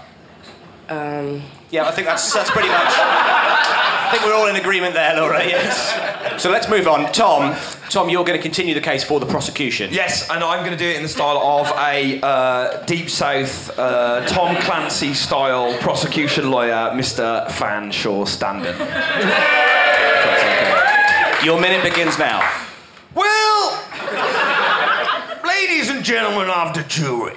Speaker 12: Um,
Speaker 4: Yeah, I think that's, that's pretty much. I think we're all in agreement there, Laura, yes. So let's move on. Tom, Tom, you're going to continue the case for the prosecution.
Speaker 2: Yes, and I'm going to do it in the style of a uh, Deep South uh, Tom Clancy style prosecution lawyer, Mr. Fanshawe Standen.
Speaker 4: Your minute begins now.
Speaker 2: Well, ladies and gentlemen of the jury,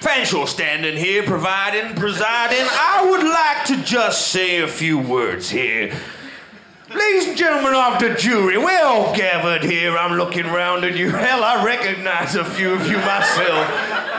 Speaker 2: Fanshawe standing here, providing, presiding. I would like to just say a few words here. Ladies and gentlemen of the jury, we're all gathered here. I'm looking round at you. Hell, I recognize a few of you myself.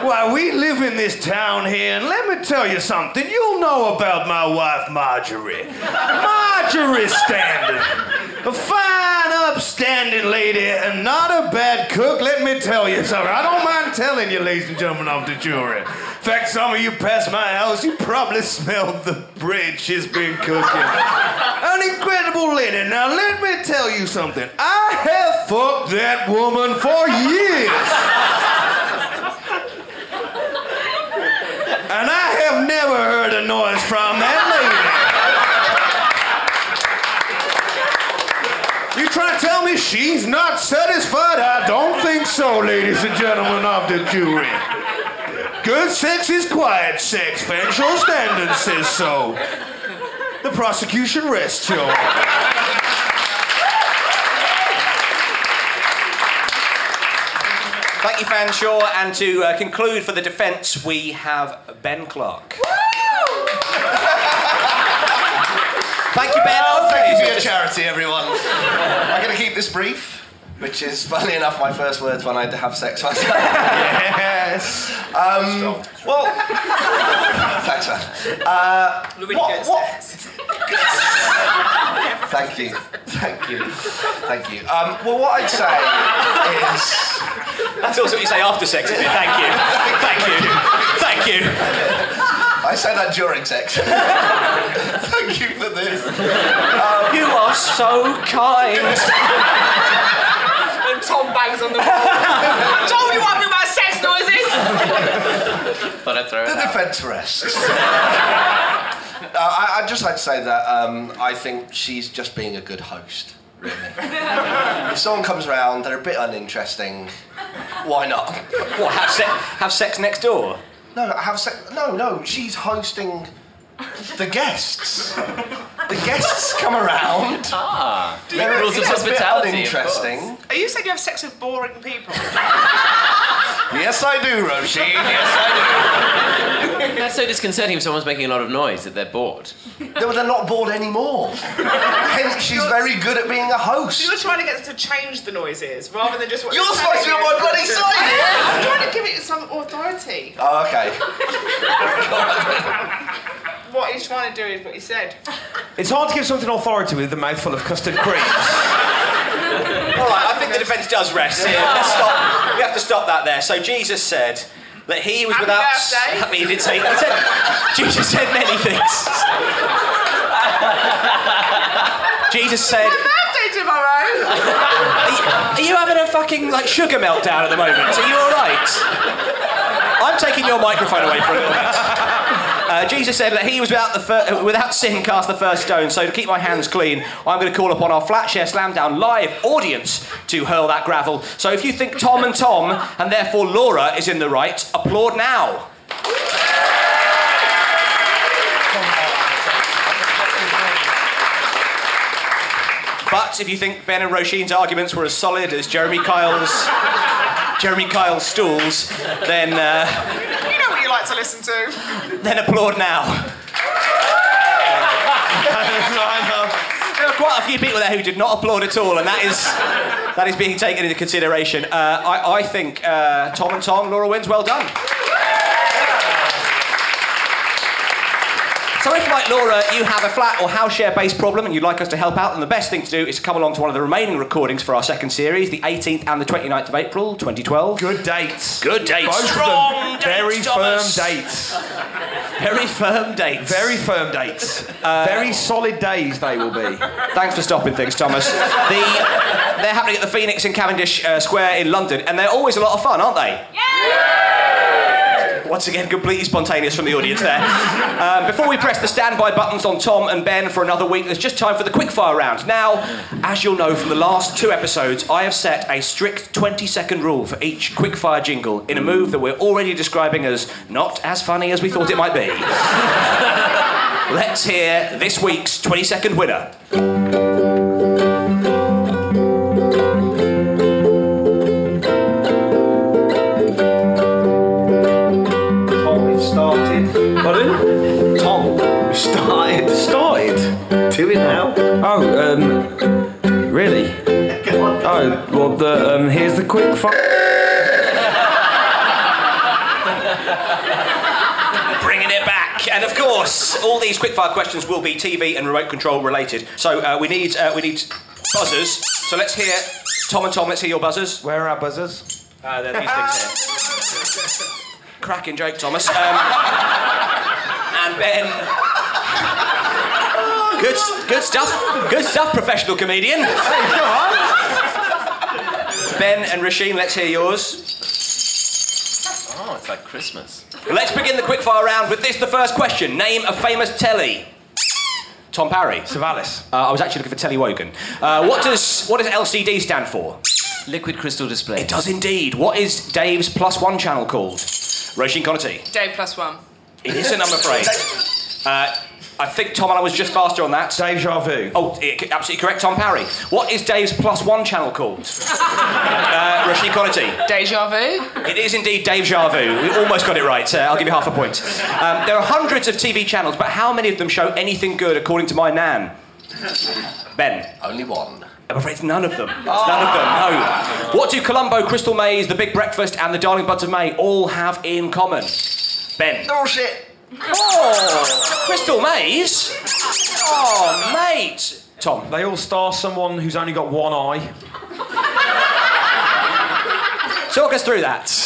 Speaker 2: Why, we live in this town here, and let me tell you something. You'll know about my wife, Marjorie. Marjorie Standing. A fine, upstanding lady, and not a bad cook, let me tell you something. I don't mind telling you, ladies and gentlemen of the jury. In fact, some of you passed my house, you probably smelled the bread she's been cooking. An incredible lady. Now let me tell you something. I have fucked that woman for years. and I have never heard a noise from that lady. You trying to tell me she's not satisfied? I don't think so, ladies and gentlemen of the jury. Good sex is quiet sex. Fancial standards says so. The prosecution rests your.
Speaker 4: Thank you, Fanshawe. And to uh, conclude for the defence, we have Ben Clark. Thank you, Ben.
Speaker 9: Oh, thank you for your charity, everyone. I'm going to keep this brief, which is, funnily enough, my first words when I had to have sex myself.
Speaker 2: Yes.
Speaker 9: Um, well, thanks, man. Uh, what, what? thank you, thank you, thank you. Um, well, what I'd say is.
Speaker 4: That's also what you say after sex, isn't it? Thank you. Thank you. Thank you.
Speaker 9: I say that during sex. Thank you for this.
Speaker 4: You are so kind.
Speaker 6: And Tom bangs on the wall. I told you I'd be about sex noises.
Speaker 7: Thought I'd throw it
Speaker 9: The
Speaker 7: out.
Speaker 9: defence rests. Uh, I, I'd just like to say that um, I think she's just being a good host, really. if someone comes around, they're a bit uninteresting. Why not?
Speaker 4: What, have, se- have sex next door?
Speaker 9: No, have sex. No, no, she's hosting the guests. The guests come around. Ah, they're,
Speaker 7: rules of
Speaker 9: yeah,
Speaker 7: hospitality,
Speaker 9: A
Speaker 7: of
Speaker 9: bit uninteresting.
Speaker 6: Are you saying you have sex with boring people?
Speaker 9: Yes, I do, Roshi. Yes,
Speaker 7: That's so disconcerting if someone's making a lot of noise that they're bored.
Speaker 9: I do. No, they're not bored anymore. Hence, she's very good at being a host.
Speaker 6: You're trying to get them to change the noises rather than just what
Speaker 9: You're
Speaker 6: they're
Speaker 9: supposed to be on
Speaker 6: saying.
Speaker 9: my bloody side.
Speaker 6: I'm trying to give it some authority.
Speaker 9: Oh, okay.
Speaker 6: What he's trying to do is what he said.
Speaker 2: It's hard to give something authority with a mouthful of custard cream.
Speaker 4: All right, I think the defence does rest here. Let's stop. We have to stop that there. So Jesus said that he was
Speaker 6: Happy
Speaker 4: without.
Speaker 6: birthday.
Speaker 4: I mean, he did say. He said, Jesus said many things. Jesus said,
Speaker 6: Birthday tomorrow.
Speaker 4: are you, are you having a fucking like sugar meltdown at the moment? Are you all right? I'm taking your microphone away for a little bit. Uh, Jesus said that he was without, the fir- uh, without sin cast the first stone, so to keep my hands clean, I'm going to call upon our Flat Share Slamdown live audience to hurl that gravel. So if you think Tom and Tom, and therefore Laura, is in the right, applaud now. But if you think Ben and Roisin's arguments were as solid as Jeremy Kyle's Jeremy Kyle's stools, then uh,
Speaker 6: You know what you like to listen to.
Speaker 4: then applaud now. There were quite a few people there who did not applaud at all, and that is that is being taken into consideration. Uh, I, I think uh, Tom and Tom, Laura wins. Well done. So if, like Laura, you have a flat or house share based problem and you'd like us to help out, then the best thing to do is to come along to one of the remaining recordings for our second series, the 18th and the 29th of April, 2012.
Speaker 2: Good dates.
Speaker 4: Good dates.
Speaker 2: Both of
Speaker 4: Strong
Speaker 2: them.
Speaker 4: dates,
Speaker 2: Very
Speaker 4: Thomas.
Speaker 2: firm dates.
Speaker 4: Very firm dates. Uh,
Speaker 2: Very firm dates. Very solid days they will be.
Speaker 4: Thanks for stopping things, Thomas. the, they're happening at the Phoenix in Cavendish uh, Square in London, and they're always a lot of fun, aren't they? Once again, completely spontaneous from the audience there. Um, before we press the standby buttons on Tom and Ben for another week, there's just time for the quickfire round. Now, as you'll know from the last two episodes, I have set a strict 20 second rule for each quickfire jingle in a move that we're already describing as not as funny as we thought it might be. Let's hear this week's 20 second winner.
Speaker 9: Tom, it started.
Speaker 2: Pardon?
Speaker 9: Tom, started. Started. Do it now.
Speaker 2: Oh, um, really? Oh, well, the, um, here's the quick fire.
Speaker 4: Bringing it back, and of course, all these quickfire questions will be TV and remote control related. So uh, we need uh, we need buzzers. So let's hear Tom and Tom. Let's hear your buzzers.
Speaker 2: Where are our buzzers?
Speaker 4: Uh, they're these things here. Cracking joke, Thomas. Um, and Ben. Good, good stuff. Good stuff, professional comedian. Ben and Rasheen, let's hear yours.
Speaker 7: Oh, it's like Christmas.
Speaker 4: Let's begin the quickfire round with this the first question. Name a famous telly. Tom Parry.
Speaker 2: Savalis.
Speaker 4: Uh, I was actually looking for Telly Wogan. Uh, what, does, what does LCD stand for?
Speaker 7: Liquid crystal display.
Speaker 4: It does indeed. What is Dave's plus one channel called? Roisin Connerty.
Speaker 6: Day plus one.
Speaker 4: It isn't, I'm afraid. Uh, I think Tom Allen was just faster on that.
Speaker 2: Deja vu.
Speaker 4: Oh, i- absolutely correct, Tom Parry. What is Dave's plus one channel called? Uh, Roisin Connerty.
Speaker 6: Deja vu.
Speaker 4: It is indeed Deja Vu. We almost got it right. Uh, I'll give you half a point. Um, there are hundreds of TV channels, but how many of them show anything good according to my nan? Ben.
Speaker 9: Only one.
Speaker 4: I'm afraid it's none of them. It's none of them, no. What do Columbo, Crystal Maze, The Big Breakfast, and The Darling Buds of May all have in common? Ben.
Speaker 9: Oh shit.
Speaker 4: Oh, Crystal Maze? Oh, mate. Tom.
Speaker 2: They all star someone who's only got one eye.
Speaker 4: Talk us through that.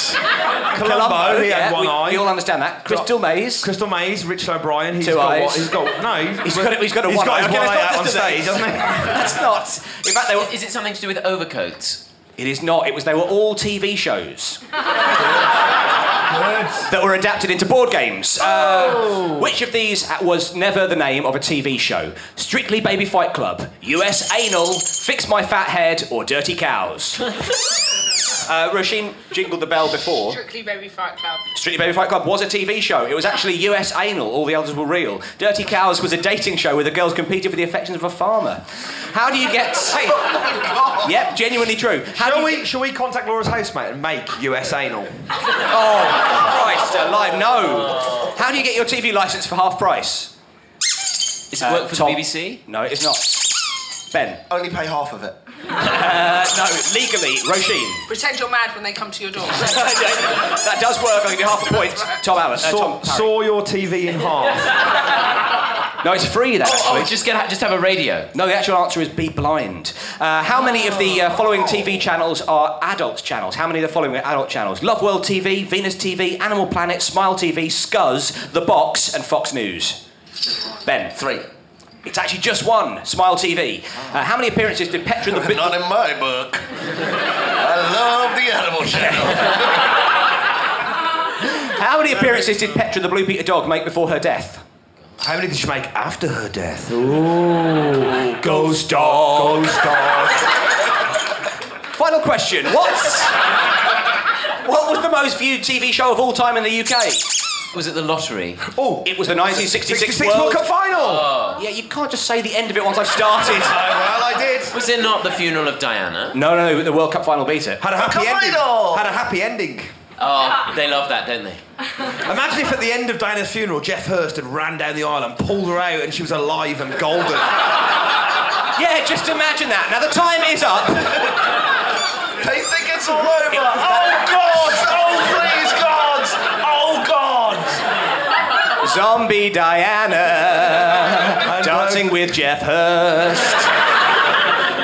Speaker 2: Columbo, he had
Speaker 4: yeah,
Speaker 2: one
Speaker 4: we,
Speaker 2: eye.
Speaker 4: We all understand that. Crystal Maze.
Speaker 2: Crystal Maze, Richard O'Brien, he's
Speaker 4: Two
Speaker 2: got
Speaker 4: eyes.
Speaker 2: what? He's got no.
Speaker 4: He's got it- he's got a one
Speaker 2: got
Speaker 4: eye.
Speaker 2: his
Speaker 4: Okay,
Speaker 2: one
Speaker 4: let's
Speaker 2: eye
Speaker 4: not
Speaker 2: out on
Speaker 4: just do
Speaker 2: stage,
Speaker 4: this.
Speaker 2: doesn't he?
Speaker 4: That's not. In fact, they were.
Speaker 7: Is it something to do with overcoats?
Speaker 4: It is not. It was they were all TV shows that were adapted into board games. Uh,
Speaker 2: Oh.
Speaker 4: which of these was never the name of a TV show? Strictly Baby Fight Club, US Anal, Fix My Fat Head, or Dirty Cows? Uh, Roisin jingled the bell before.
Speaker 6: Strictly Baby Fight Club.
Speaker 4: Strictly Baby Fight Club was a TV show. It was actually US Anal, All the Elders Were Real. Dirty Cows was a dating show where the girls competed for the affections of a farmer. How do you get. Yep, genuinely true. How
Speaker 2: Oh
Speaker 4: do
Speaker 2: Shall
Speaker 4: you
Speaker 2: we, shall we contact Laura's housemate and make US anal?
Speaker 4: Oh, Christ alive, no. How do you get your TV license for half price?
Speaker 7: Is it
Speaker 4: Uh,
Speaker 7: work for
Speaker 4: Tom.
Speaker 7: the BBC?
Speaker 4: No, it's not. Ben.
Speaker 9: Only pay half of it.
Speaker 4: Uh, no, legally, Roisin.
Speaker 6: Pretend you're mad when they come to your door.
Speaker 4: that does work. I'll give you half a point. Tom Allen. Uh,
Speaker 2: Saw,
Speaker 4: Tom. Parry.
Speaker 2: saw your TV in half.
Speaker 4: No, it's free then.
Speaker 7: Oh, just get just have a radio.
Speaker 4: No, the actual answer is be blind. Uh, how many of the uh, following TV channels are adult channels? How many of the following are adult channels? Love World TV, Venus TV, Animal Planet, Smile TV, Scuzz, The Box, and Fox News. Ben.
Speaker 9: Three.
Speaker 4: It's actually just one, Smile TV. Uh, how many appearances did Petra and the...
Speaker 9: Not in my book. I love the animal channel.
Speaker 4: How many appearances did Petra the Blue Peter dog make before her death?
Speaker 2: How many did she make after her death?
Speaker 4: Ghost dog. Ghost dog. Final question. What? what was the most viewed TV show of all time in the UK?
Speaker 7: Was it the lottery?
Speaker 2: Oh,
Speaker 4: It was the 1966
Speaker 2: 66 World Cup final!
Speaker 4: Yeah, you can't just say the end of it once I've started.
Speaker 2: Oh, well, I did.
Speaker 7: Was it not the funeral of Diana?
Speaker 4: no, no, the World Cup final beat it.
Speaker 2: Had a happy ending.
Speaker 9: Final!
Speaker 2: Had a happy ending.
Speaker 7: Oh, they love that, don't they?
Speaker 2: Imagine if at the end of Diana's funeral, Jeff Hurst had ran down the aisle and pulled her out and she was alive and golden.
Speaker 4: Yeah, just imagine that. Now the time is up.
Speaker 9: They think it's all over. Oh God! Oh please, God! Oh God!
Speaker 4: It's Zombie Diana, Dancing with Jeff Hurst.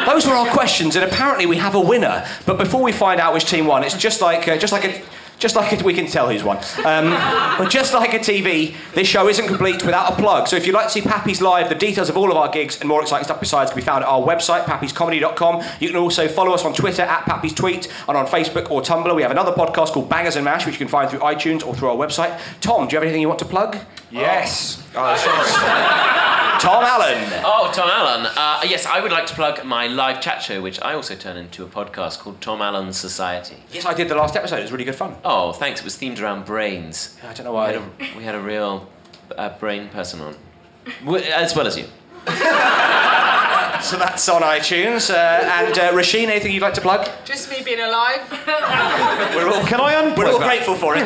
Speaker 4: Those were our questions, and apparently we have a winner. But before we find out which team won, it's just like uh, just like a. Just like a, we can tell who's won. Um, but just like a TV, this show isn't complete without a plug. So if you'd like to see Pappy's Live, the details of all of our gigs and more exciting stuff besides can be found at our website, pappy'scomedy.com. You can also follow us on Twitter at Pappy's Tweet and on Facebook or Tumblr. We have another podcast called Bangers and Mash, which you can find through iTunes or through our website. Tom, do you have anything you want to plug?
Speaker 2: Yes. Oh, sorry.
Speaker 4: Tom Allen.
Speaker 7: Oh, Tom Allen. Uh, yes, I would like to plug my live chat show, which I also turn into a podcast called Tom Allen Society.
Speaker 4: Yes, I did the last episode. It was really good fun.
Speaker 7: Oh, thanks. It was themed around brains.
Speaker 4: I don't know
Speaker 7: We
Speaker 4: why.
Speaker 7: had a, we had a real uh, brain person on, W- as well as you.
Speaker 4: So that's on iTunes. Uh, and uh, Rasheen, anything you'd like to plug?
Speaker 6: Just me being alive.
Speaker 4: We're all,
Speaker 2: Can I unplug
Speaker 4: we're all
Speaker 2: that?
Speaker 4: grateful for it.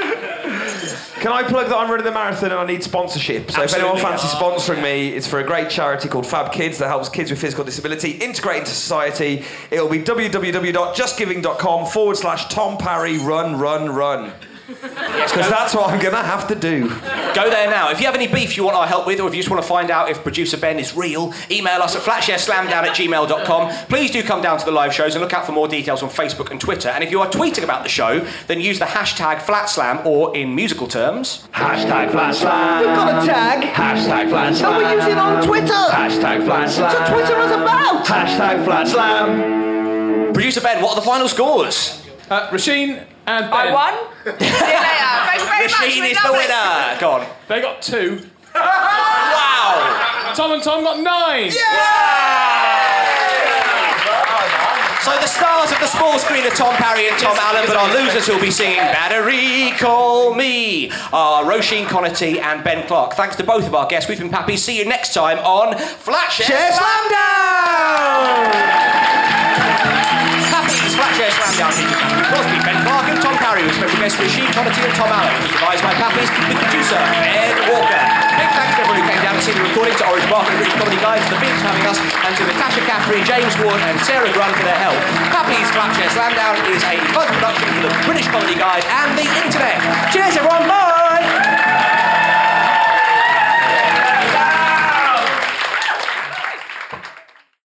Speaker 2: Can I plug that I'm running the marathon and I need sponsorship? So
Speaker 4: Absolutely.
Speaker 2: if anyone fancies sponsoring me, it's for a great charity called Fab Kids that helps kids with physical disability integrate into society. It'll be www.justgiving.com forward slash Tom Parry run run run. Because that's what I'm gonna have to do.
Speaker 4: Go there now. If you have any beef you want our help with, or if you just want to find out if producer Ben is real, email us at flatshareslamdown at gmail.com. Please do come down to the live shows and look out for more details on Facebook and Twitter. And if you are tweeting about the show, then use the hashtag flatslam or in musical terms.
Speaker 1: Hashtag flat slam.
Speaker 4: We've got a tag.
Speaker 1: Hashtag flat slam.
Speaker 4: we use it on Twitter.
Speaker 1: Hashtag flat slam.
Speaker 4: That's what Twitter was about.
Speaker 1: Hashtag flat slam.
Speaker 4: Producer Ben, what are the final scores?
Speaker 10: Uh, Rasheen and Ben.
Speaker 6: I won. See you later. Thank you very much.
Speaker 4: Machine
Speaker 6: We
Speaker 4: is
Speaker 6: love
Speaker 4: the
Speaker 6: it.
Speaker 4: winner. Go on.
Speaker 10: They got two.
Speaker 4: Wow.
Speaker 10: Tom and Tom got nine.
Speaker 4: So the stars of the small screen are Tom Parry and Tom Allen, but our losers who'll be singing Battery Call Me are Roisin Connerty and Ben Clark. Thanks to both of our guests. We've been Pappy. See you next time on Flatshare Slamdown! Pappy's Flatshare Slamdown featured Matthew Crosby, Ben Clark and Tom Parry with special guests Roisin Connerty and Tom Allen. It was devised by Pappy's with producer Ben Walker. Big thanks to everyone who came down to see the recording, to Orange Market, British Comedy Guide, to the Beats for having us, and to Natasha Caffrey, James Ward and Sarah Grant for their help. Pappy's Flatshare Slamdown is a fun production for the British Comedy Guide and the internet.